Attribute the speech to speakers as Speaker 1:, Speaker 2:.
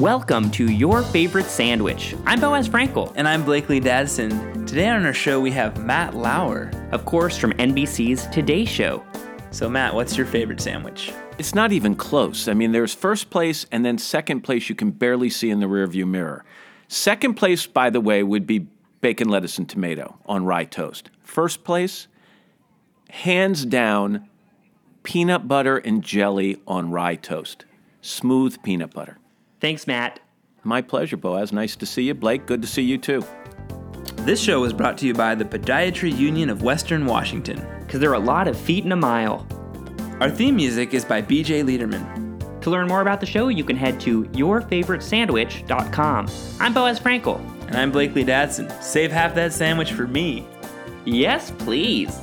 Speaker 1: Welcome to Your Favorite Sandwich. I'm Boaz Frankel,
Speaker 2: And I'm Blakely Dadson. Today on our show, we have Matt Lauer.
Speaker 1: of course, from NBC's Today Show.
Speaker 2: So, Matt, what's your favorite sandwich?
Speaker 3: It's not even close. I mean, there's first place and then second place you can barely see in the rearview mirror. Second place, by the way, would be bacon, lettuce, and tomato on rye toast. First place, hands down, peanut butter and jelly on rye toast. Smooth peanut butter.
Speaker 1: Thanks, Matt.
Speaker 3: My pleasure, Boaz. Nice to see you. Blake, good to see you too.
Speaker 2: This show was brought to you by the Podiatry Union of Western Washington.
Speaker 1: Because there are a lot of feet in a mile.
Speaker 2: Our theme music is by BJ Liederman.
Speaker 1: To learn more about the show, you can head to yourfavoritesandwich.com. I'm Boaz Frankel.
Speaker 2: And I'm Blakely Dadson. Save half that sandwich for me.
Speaker 1: Yes, please.